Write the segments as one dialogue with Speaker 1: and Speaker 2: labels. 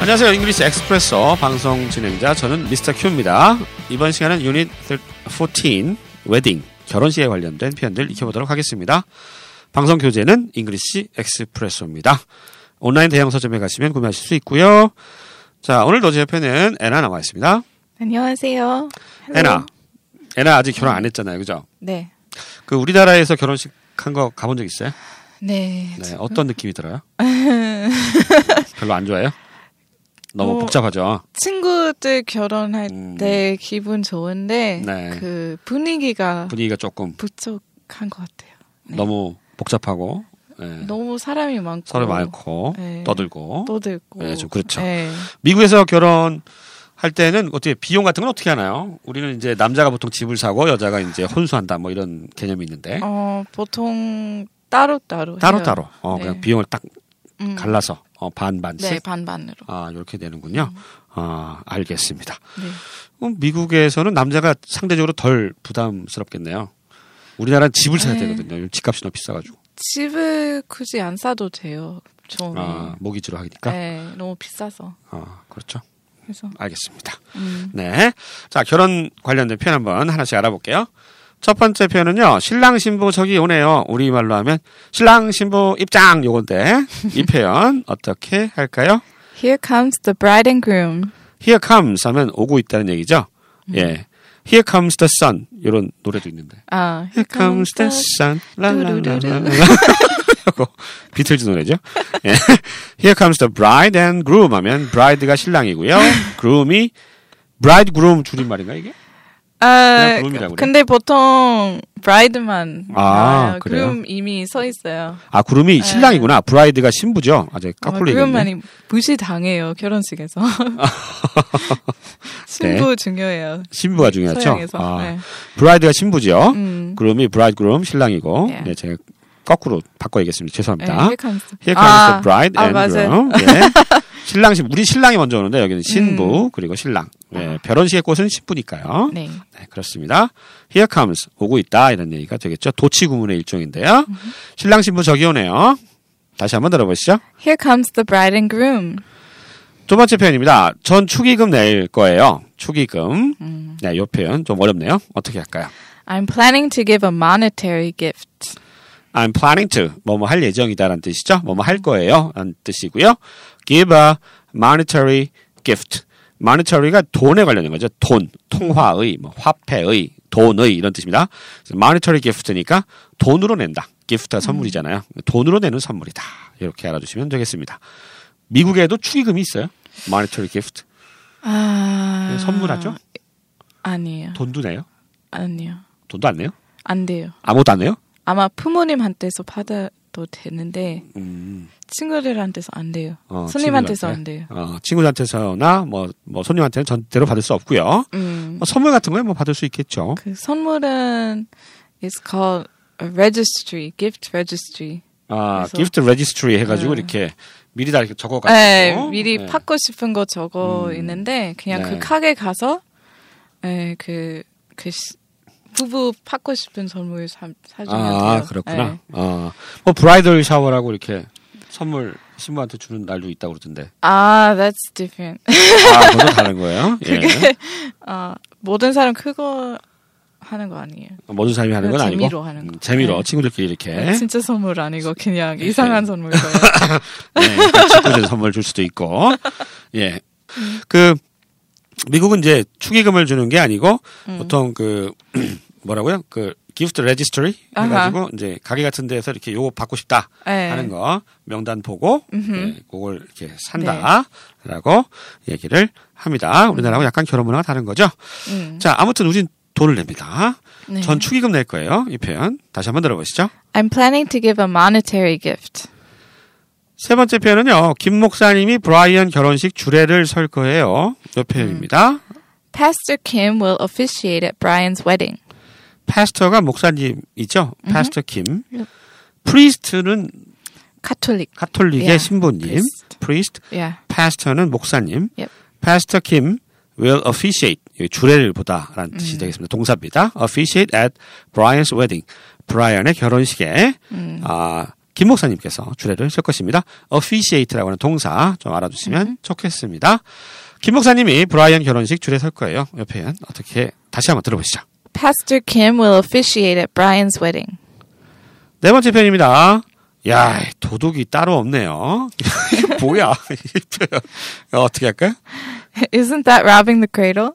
Speaker 1: 안녕하세요. 잉글리시 엑스프레소 방송 진행자 저는 미스터 큐입니다. 이번 시간은 유닛 14 웨딩 결혼식에 관련된 표현들 익혀보도록 하겠습니다. 방송 교재는 잉글리시 엑스프레소입니다. 온라인 대형 서점에 가시면 구매하실 수 있고요. 자 오늘도 제 옆에는 애나 나와 있습니다.
Speaker 2: 안녕하세요. 헬로.
Speaker 1: 애나 애나 아직 결혼 안 했잖아요, 그죠?
Speaker 2: 네.
Speaker 1: 그 우리나라에서 결혼식 한 거 가본 적 있어요?
Speaker 2: 네.
Speaker 1: 네, 어떤 느낌이 들어요? 별로 안 좋아해요? 너무
Speaker 2: 뭐,
Speaker 1: 복잡하죠.
Speaker 2: 친구들 결혼할
Speaker 1: 음.
Speaker 2: 때 기분 좋은데
Speaker 1: 네.
Speaker 2: 그 분위기가
Speaker 1: 분위기가 조금
Speaker 2: 부족한 것 같아요. 네.
Speaker 1: 너무 복잡하고 예,
Speaker 2: 너무 사람이 많고
Speaker 1: 서로 많고
Speaker 2: 네.
Speaker 1: 떠들고
Speaker 2: 떠들고.
Speaker 1: 예, 좀 그렇죠.
Speaker 2: 네.
Speaker 1: 미국에서 결혼할 때는 어떻게 비용 같은 건 어떻게 하나요? 우리는 이제 남자가 보통 집을 사고 여자가 이제 혼수한다 뭐 이런 개념이 있는데
Speaker 2: 어, 보통 따로 따로.
Speaker 1: 따로 따로 어,
Speaker 2: 네.
Speaker 1: 그냥 비용을 딱
Speaker 2: 음.
Speaker 1: 갈라서 어, 반 반씩
Speaker 2: 네, 음. 반반으로.
Speaker 1: 아 이렇게 되는군요. 아 알겠습니다.
Speaker 2: 네.
Speaker 1: 그럼 미국에서는 남자가 상대적으로 덜 부담스럽겠네요. 우리나라는 집을 사야
Speaker 2: 네.
Speaker 1: 되거든요. 집값이 너무 비싸가지고
Speaker 2: 집을 굳이 안 사도 돼요. 좀.
Speaker 1: 아, 모기지로 하니까
Speaker 2: 어, 네, 너무 비싸서.
Speaker 1: 아, 그렇죠.
Speaker 2: 그래서
Speaker 1: 알겠습니다.
Speaker 2: 음.
Speaker 1: 네. 자, 결혼 관련된 표현 한번 하나씩 알아볼게요. 첫 번째 표현은요. 신랑 신부 저기 오네요. 우리말로 하면 신랑 신부 입장 요건데 이 표현 어떻게 할까요?
Speaker 2: Here comes the bride and groom.
Speaker 1: Here comes 하면 오고 있다는 얘기죠. 예. Here comes the sun 이런 노래도 있는데.
Speaker 2: 아,
Speaker 1: Here comes the sun. 라라라라. 비틀즈 노래죠. 예. Here comes the bride and groom 하면 bride가 신랑이고요. groom이 bridegroom 줄임말인가 이게?
Speaker 2: 아,
Speaker 1: 그룹이라고 그래요?
Speaker 2: 근데 보통 브라이드만
Speaker 1: 아,
Speaker 2: 나와요.
Speaker 1: 그래요?
Speaker 2: 그룹 이미 서 있어요.
Speaker 1: 아, groom이 신랑이구나. bride가 신부죠. 아직 깎풀로
Speaker 2: 네. 어, 그룹
Speaker 1: 얘기했네.
Speaker 2: 많이 무시당해요 결혼식에서. 신부 중요해요.
Speaker 1: 신부가 네. 중요하죠.
Speaker 2: 서양에서.
Speaker 1: 아,
Speaker 2: 네.
Speaker 1: bride가 신부죠.
Speaker 2: 음.
Speaker 1: groom이 bridegroom 신랑이고.
Speaker 2: 네.
Speaker 1: 네, 제가 거꾸로 바꿔 얘기했습니다.
Speaker 2: 네,
Speaker 1: 죄송합니다.
Speaker 2: here comes the-
Speaker 1: Here comes
Speaker 2: 아,
Speaker 1: the bride
Speaker 2: 아,
Speaker 1: and
Speaker 2: 맞아요.
Speaker 1: groom. 예. 신랑 신 우리 신랑이 먼저 오는데 여기는
Speaker 2: 음.
Speaker 1: 신부 그리고 신랑. 예, 결혼식의 꽃은 신부니까요.
Speaker 2: 네.
Speaker 1: 네, 그렇습니다. Here comes 오고 있다 이런 얘기가 되겠죠. 도치 구문의 일종인데요.
Speaker 2: 음.
Speaker 1: 신랑 신부 저기 오네요. 다시 한번 들어보시죠.
Speaker 2: Here comes the bride and groom.
Speaker 1: 두 번째 표현입니다. 전 축의금 낼 거예요. 축의금. 네, 요 표현 좀 어렵네요. 어떻게 할까요?
Speaker 2: I'm planning to give a monetary gift.
Speaker 1: I'm planning to 뭐뭐 할 예정이다라는 뜻이죠. 뭐뭐 할 거예요. 라는 뜻이고요. Give a monetary gift. monetary가 돈에 관련된 거죠. 돈, 통화의, 뭐 화폐의, 돈의 이런 뜻입니다. 그래서 monetary gift니까 돈으로 낸다. gift가 선물이잖아요. 돈으로 내는 선물이다. 이렇게 알아주시면 되겠습니다. 미국에도 축의금이 있어요. monetary gift.
Speaker 2: 아,
Speaker 1: 선물하죠?
Speaker 2: 아니에요.
Speaker 1: 돈도 내요?
Speaker 2: 아니요.
Speaker 1: 돈도 안 내요?
Speaker 2: 안 돼요.
Speaker 1: 아무것도 안 내요?
Speaker 2: 아마 부모님한테서 받아도 되는데 친구들한테서 안 돼요.
Speaker 1: 음. 어, 친구들한테.
Speaker 2: 손님한테서 안 돼요.
Speaker 1: 어, 친구한테서나 뭐, 뭐 손님한테는 전대로 받을 수 없고요.
Speaker 2: 음,
Speaker 1: 뭐 선물 같은 거에 뭐 받을 수 있겠죠.
Speaker 2: 그 선물은 is called a registry, gift registry.
Speaker 1: 아,
Speaker 2: 그래서-
Speaker 1: gift registry 해가지고
Speaker 2: 네.
Speaker 1: 이렇게 미리 다 이렇게 적어가지고.
Speaker 2: 네, 미리
Speaker 1: 네.
Speaker 2: 받고 싶은 거 적어
Speaker 1: 음.
Speaker 2: 있는데 그냥
Speaker 1: 네.
Speaker 2: 그 가게 가서 에, 그, 그 시- 부부 받고 싶은 선물 사, 사주면
Speaker 1: 아,
Speaker 2: 돼요.
Speaker 1: 그렇구나.
Speaker 2: 네.
Speaker 1: 아, 뭐 브라이덜 샤워라고 이렇게 선물 신부한테 주는 날도 있다고 그러던데.
Speaker 2: 아, that's different.
Speaker 1: 아, 그건 다른 거예요. 예.
Speaker 2: 아, 모든 사람 그거 하는 거 아니에요.
Speaker 1: 뭐 모든 사람이 하는 건 아니고.
Speaker 2: 재미로 하는 거.
Speaker 1: 음, 재미로
Speaker 2: 네.
Speaker 1: 친구들끼리 이렇게
Speaker 2: 진짜 선물 아니고 그냥
Speaker 1: 예.
Speaker 2: 이상한 선물 거예요.
Speaker 1: 네, 직구제 선물 줄 수도 있고. 예. 그 미국은 이제 축의금을 주는 게 아니고
Speaker 2: 음.
Speaker 1: 보통 그 뭐라고요? 그 gift registry
Speaker 2: 아하.
Speaker 1: 해가지고 이제 가게 같은 데서 이렇게 요거 받고 싶다
Speaker 2: 네.
Speaker 1: 하는 거 명단 보고 예, 그걸 이렇게
Speaker 2: 네.
Speaker 1: 산다라고 얘기를 합니다. 우리나라하고 약간 결혼 문화가 다른 거죠.
Speaker 2: 음.
Speaker 1: 자, 아무튼 우린 돈을 냅니다.
Speaker 2: 네.
Speaker 1: 전 축의금 낼 거예요. 이 표현 다시 한번 들어보시죠.
Speaker 2: I'm planning to give a monetary gift.
Speaker 1: 세 번째 표현은요. 김 목사님이 브라이언 결혼식 주례를 설 거예요. 이 표현입니다.
Speaker 2: Pastor Kim will officiate at Brian's wedding.
Speaker 1: 파스터가 목사님이죠. 파스터 김. 프리스트는
Speaker 2: Catholic.
Speaker 1: 가톨릭의
Speaker 2: Yeah,
Speaker 1: 신부님.
Speaker 2: priest.
Speaker 1: 예, 프리스트.
Speaker 2: Yeah.
Speaker 1: 파스터는 목사님.
Speaker 2: Yep.
Speaker 1: 파스터 김 will officiate. 여기 주례를 보다라는 뜻이 되겠습니다. 동사입니다. officiate at Brian's wedding. 브라이언의 결혼식에 아, 김 목사님께서 주례를 실 것입니다. officiate라고 하는 동사 좀 알아주시면 좋겠습니다. 김 목사님이 브라이언 결혼식 주례 설 거예요. 옆에 있는 어떻게 다시 한번 들어보시죠.
Speaker 2: Pastor Kim will officiate at Brian's wedding.
Speaker 1: 네 번째 편입니다. 야, 도둑이 따로 없네요. 이게 뭐야? 이 표현. 어떻게 할까요?
Speaker 2: Isn't that robbing the cradle?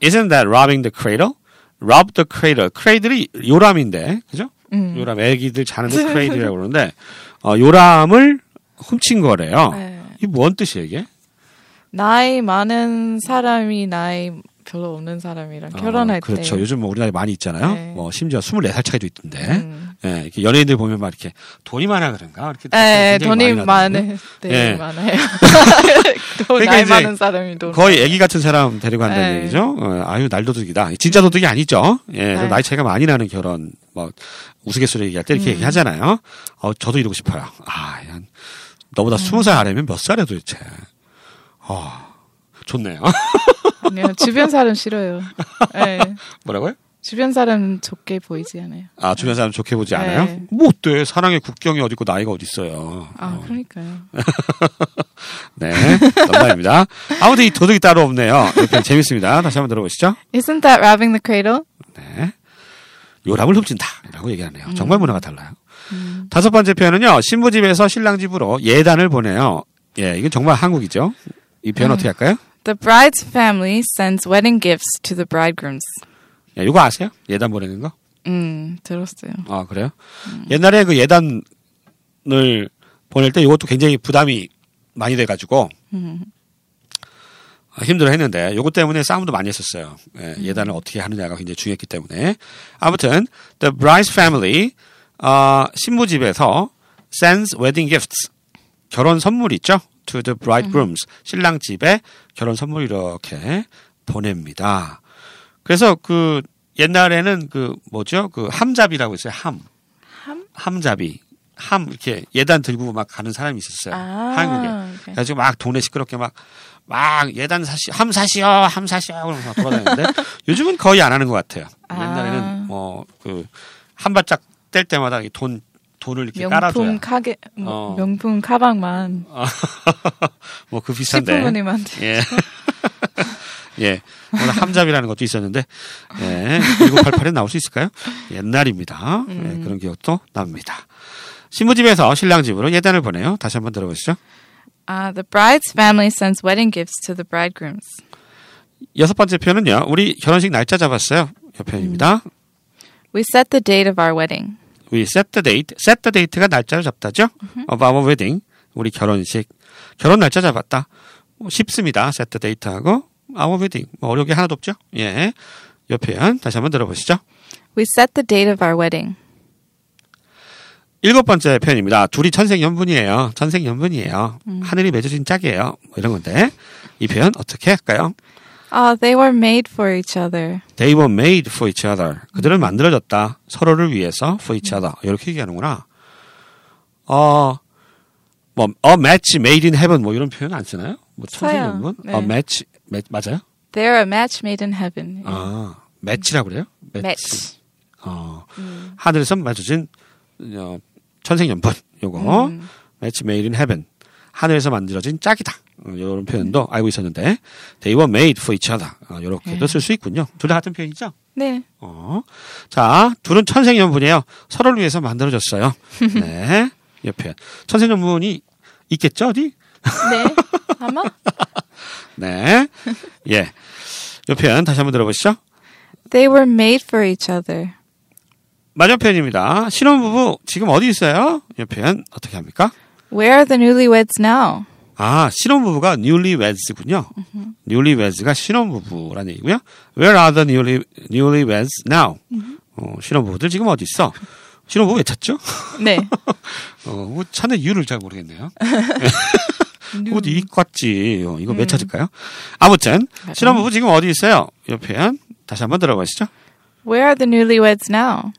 Speaker 1: Isn't that robbing the cradle? Rob the cradle. 크레이들이 요람인데, 그죠?
Speaker 2: 음.
Speaker 1: 요람 애기들 자는데 크레이들이라고 그러는데, 어, 요람을 훔친 거래요.
Speaker 2: 네.
Speaker 1: 이게 뭔 뜻이에요, 이게?
Speaker 2: 나이 많은 사람이 나이 별로 없는 사람이랑 결혼할
Speaker 1: 어, 그렇죠.
Speaker 2: 때.
Speaker 1: 요즘 뭐 우리나라에 많이 있잖아요.
Speaker 2: 네.
Speaker 1: 뭐 심지어 24살 차이도 있던데.
Speaker 2: 음.
Speaker 1: 예, 이렇게 연예인들 보면 막 이렇게 돈이 많아 그런가? 이렇게 굉장히
Speaker 2: 네, 돈이
Speaker 1: 많이 나더라고요.
Speaker 2: 많은, 네,
Speaker 1: 예.
Speaker 2: 많아요. 돈
Speaker 1: 그러니까
Speaker 2: 나이
Speaker 1: 이제
Speaker 2: 많은 사람이 돈.
Speaker 1: 거의 애기 같은 사람 데리고 간다는
Speaker 2: 네.
Speaker 1: 얘기죠. 어, 아유 날 도둑이다. 진짜 도둑이 아니죠. 예, 그래서
Speaker 2: 네.
Speaker 1: 나이 차이가 많이 나는 결혼 뭐 우스갯소리 얘기할 때 이렇게
Speaker 2: 음.
Speaker 1: 얘기하잖아요. 어, 저도 이러고 싶어요. 아, 난
Speaker 2: 음.
Speaker 1: 너보다 스무 살 아래면 몇 살이야 도대체. 어, 좋네요.
Speaker 2: 아니요, 주변 사람 싫어요. 네.
Speaker 1: 뭐라고요?
Speaker 2: 주변 사람 좋게 보이지 않아요.
Speaker 1: 아 주변 사람 좋게 보지 않아요?
Speaker 2: 네.
Speaker 1: 뭐 어때? 사랑의 국경이 어디 있고 나이가 어디 있어요?
Speaker 2: 아, 그러니까요.
Speaker 1: 네, 농담입니다. 아무튼 이 도둑이 따로 없네요. 이렇게 재밌습니다. 다시 한번 들어보시죠.
Speaker 2: Isn't that robbing the cradle?
Speaker 1: 네. 요람을 훔친다라고 얘기하네요. 정말 문화가 달라요. 다섯 번째 표현은요. 신부 집에서 신랑 집으로 예단을 보내요. 예, 이건 정말 한국이죠. 이 표현 어떻게 할까요?
Speaker 2: The bride's family sends wedding gifts to the bridegrooms.
Speaker 1: 예, 이거 아세요? 예단 보내는 거?
Speaker 2: 음, 들었어요.
Speaker 1: 아 그래요? 옛날에 그 예단을 보낼 때 이것도 굉장히 부담이 많이 돼가지고
Speaker 2: 음.
Speaker 1: 아, 힘들어했는데 요거 때문에 싸움도 많이 했었어요. 예, 예단을 어떻게 하느냐가 굉장히 중요했기 때문에 아무튼 the bride's family 아, 신부 집에서 sends wedding gifts 결혼 선물 있죠 to the bridegrooms
Speaker 2: 음.
Speaker 1: 신랑 집에 결혼 선물 이렇게 보냅니다. 그래서 그 옛날에는 그 뭐죠 그 함잡이라고 있어요 함
Speaker 2: 함?
Speaker 1: 함잡이 함 이렇게 예단 들고 막 가는 사람이 있었어요
Speaker 2: 아.
Speaker 1: 한국에
Speaker 2: 오케이.
Speaker 1: 그래가지고 막 돈에 시끄럽게 막, 막 예단 사시, 함 사시오, 함 사시오, 그러면서 막 돌아다니는데 요즘은 거의 안 하는 것 같아요.
Speaker 2: 아.
Speaker 1: 옛날에는 뭐, 그, 한 바짝 뗄 때마다 이 돈, 돈을 이렇게
Speaker 2: 명품
Speaker 1: 깔아줘야.
Speaker 2: 가게, 뭐,
Speaker 1: 어.
Speaker 2: 명품 가방만
Speaker 1: 뭐 그 비싼데.
Speaker 2: 식부모님한테
Speaker 1: 예. 예. 오늘 함잡이라는 것도 있었는데, 예. 1988에 나올 수 있을까요? 옛날입니다. 예,
Speaker 2: 음.
Speaker 1: 그런 기억도 납니다. 신부집에서 신랑 집으로 예단을 보내요. 다시 한번 들어보시죠.
Speaker 2: Uh, the bride's family sends wedding gifts to the bridegrooms.
Speaker 1: 여섯 번째 표현은요. 우리 결혼식 날짜 잡았어요. 옆편입니다.
Speaker 2: We set the date of our wedding.
Speaker 1: We set the date. set the date가 날짜를 잡다죠. of our wedding. 우리 결혼식. 결혼 날짜 잡았다. 뭐 쉽습니다. set the date하고 our wedding. 뭐 어려운 게 하나도 없죠. 예. 옆에 한 다시 한번 들어보시죠.
Speaker 2: We set the date of our wedding.
Speaker 1: 일곱 번째 표현입니다. 둘이 천생연분이에요. 천생연분이에요. 하늘이 맺어진 짝이에요. 뭐 이런 건데 이 표현 어떻게 할까요?
Speaker 2: Ah, they were made for each other.
Speaker 1: They were made for each other. 그들은 만들어졌다. 서로를 위해서 for each other. 이렇게 얘기하는구나. 어, 뭐, a match made in heaven 뭐 이런 표현 안 쓰나요? 뭐
Speaker 2: 써요.
Speaker 1: 천생연분?
Speaker 2: 네.
Speaker 1: a match, 매- 맞아요?
Speaker 2: They're a match made in heaven.
Speaker 1: 아, match라고 그래요?
Speaker 2: match.
Speaker 1: match. 어, 하늘에서 마주친 어, 천생연분. 요거
Speaker 2: 음.
Speaker 1: match made in heaven. 하늘에서 만들어진 짝이다. 어, 이런 표현도 알고 있었는데 they were made for each other. 어, 이렇게도 쓸 수 있군요. 둘 다 같은 표현이죠?
Speaker 2: 네.
Speaker 1: 어. 자, 둘은 천생연분이에요. 서로를 위해서 만들어졌어요. 네. 옆에. 천생연분이 있겠죠, 어디?
Speaker 2: 네. 아마?
Speaker 1: 네. 예. 옆에 다시 한번 들어보시죠.
Speaker 2: They were made for each other.
Speaker 1: 마지막 표현입니다. 신혼부부 지금 어디 있어요? 옆에 어떻게 합니까?
Speaker 2: Where are the newlyweds now?
Speaker 1: 아, 신혼부부가 newlyweds군요. newlyweds가 신혼부부라는 얘기고요. Where are the newly, newlyweds now? 어, 신혼부부들 지금 어디 있어? 신혼부부 왜 찾죠?
Speaker 2: 네.
Speaker 1: 어, 뭐 찾는 이유를 잘 모르겠네요. 어디 이과지 어, 이거 왜 찾을까요? 아무튼 신혼부부 지금 어디 있어요? 옆에 한 다시 한번 들어보시죠.
Speaker 2: Where are the newlyweds now?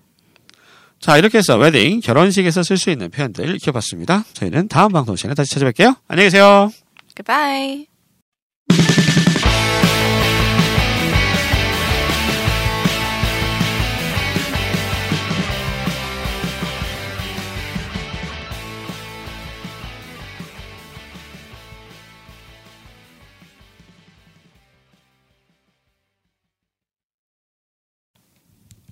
Speaker 1: 자 이렇게 해서 웨딩 결혼식에서 쓸 수 있는 표현들 익혀봤습니다. 저희는 다음 방송 시간에 다시 찾아뵐게요. 안녕히 계세요.
Speaker 2: Goodbye.